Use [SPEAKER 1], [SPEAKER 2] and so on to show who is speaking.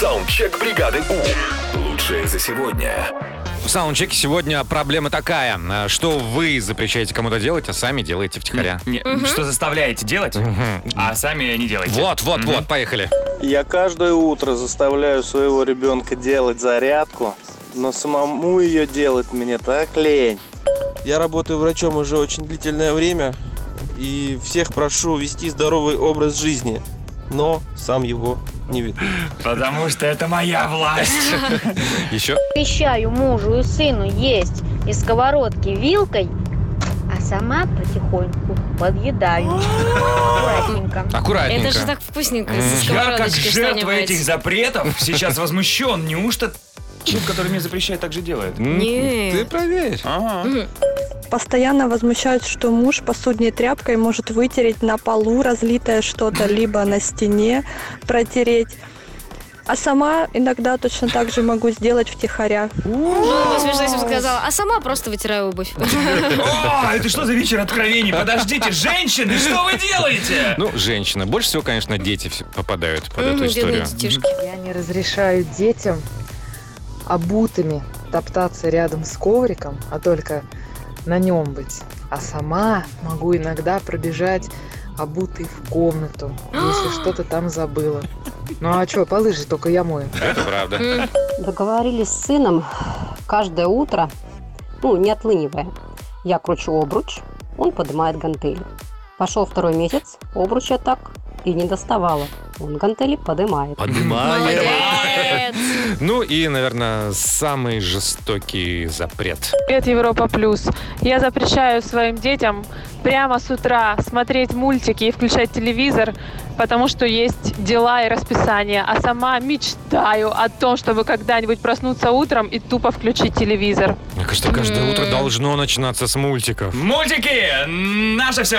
[SPEAKER 1] Саундчек бригады У. Лучшее за сегодня.
[SPEAKER 2] В саундчеке сегодня проблема такая, э, что вы запрещаете кому-то делать, а сами делаете втихаря.
[SPEAKER 3] Не, Что заставляете делать, а сами не делаете.
[SPEAKER 2] Вот, вот, вот, поехали.
[SPEAKER 4] Я каждое утро заставляю своего ребенка делать зарядку, но самому ее делать мне так лень.
[SPEAKER 5] Я работаю врачом уже очень длительное время и всех прошу вести здоровый образ жизни, но сам его не веду.
[SPEAKER 3] Потому что это моя власть.
[SPEAKER 2] Еще.
[SPEAKER 6] Обещаю мужу и сыну есть из сковородки вилкой, а сама потихоньку подъедаю. Аккуратненько.
[SPEAKER 2] Аккуратненько.
[SPEAKER 7] Это же так вкусненько
[SPEAKER 2] Мгм.
[SPEAKER 7] со
[SPEAKER 3] Я как
[SPEAKER 7] сковородочки
[SPEAKER 3] жертва
[SPEAKER 7] что-нибудь.
[SPEAKER 3] этих запретов сейчас возмущен. Неужто тип, который мне запрещает, так же делает?
[SPEAKER 2] М,
[SPEAKER 7] Нет.
[SPEAKER 2] Ты проверь.
[SPEAKER 3] Ага.
[SPEAKER 8] Постоянно возмущают, что муж посудной тряпкой может вытереть на полу разлитое что-то, либо на стене протереть. А сама иногда точно так же могу сделать втихаря.
[SPEAKER 7] Было бы смешно, если бы сказала, а сама просто вытираю обувь.
[SPEAKER 3] О, это что за вечер откровений? Подождите, женщины, что вы делаете?
[SPEAKER 2] Ну, женщина. Больше всего, конечно, дети все попадают под эту
[SPEAKER 7] Мгм,
[SPEAKER 2] историю.
[SPEAKER 7] бедные детишки.
[SPEAKER 9] Я не разрешаю детям обутыми топтаться рядом с ковриком, а только на нем быть. А сама могу иногда пробежать обутой в комнату, если что-то там забыла. Ну а что, полыжи только я мою.
[SPEAKER 2] Это правда.
[SPEAKER 10] Договорились с сыном каждое утро, ну, не отлынивая. Я кручу обруч, он поднимает гантели. Пошел второй месяц, обруч я так и не доставала. Он гантели поднимает.
[SPEAKER 2] Поднимаем.
[SPEAKER 7] Молодец.
[SPEAKER 2] Ну и, наверное, самый жестокий запрет.
[SPEAKER 9] Привет, Европа Плюс. Я запрещаю своим детям прямо с утра смотреть мультики и включать телевизор, потому что есть дела и расписание. А сама мечтаю о том, чтобы когда-нибудь проснуться утром и тупо включить телевизор.
[SPEAKER 2] Мне кажется, каждое
[SPEAKER 7] М.
[SPEAKER 2] утро должно начинаться с мультиков.
[SPEAKER 3] Мультики! Наше все!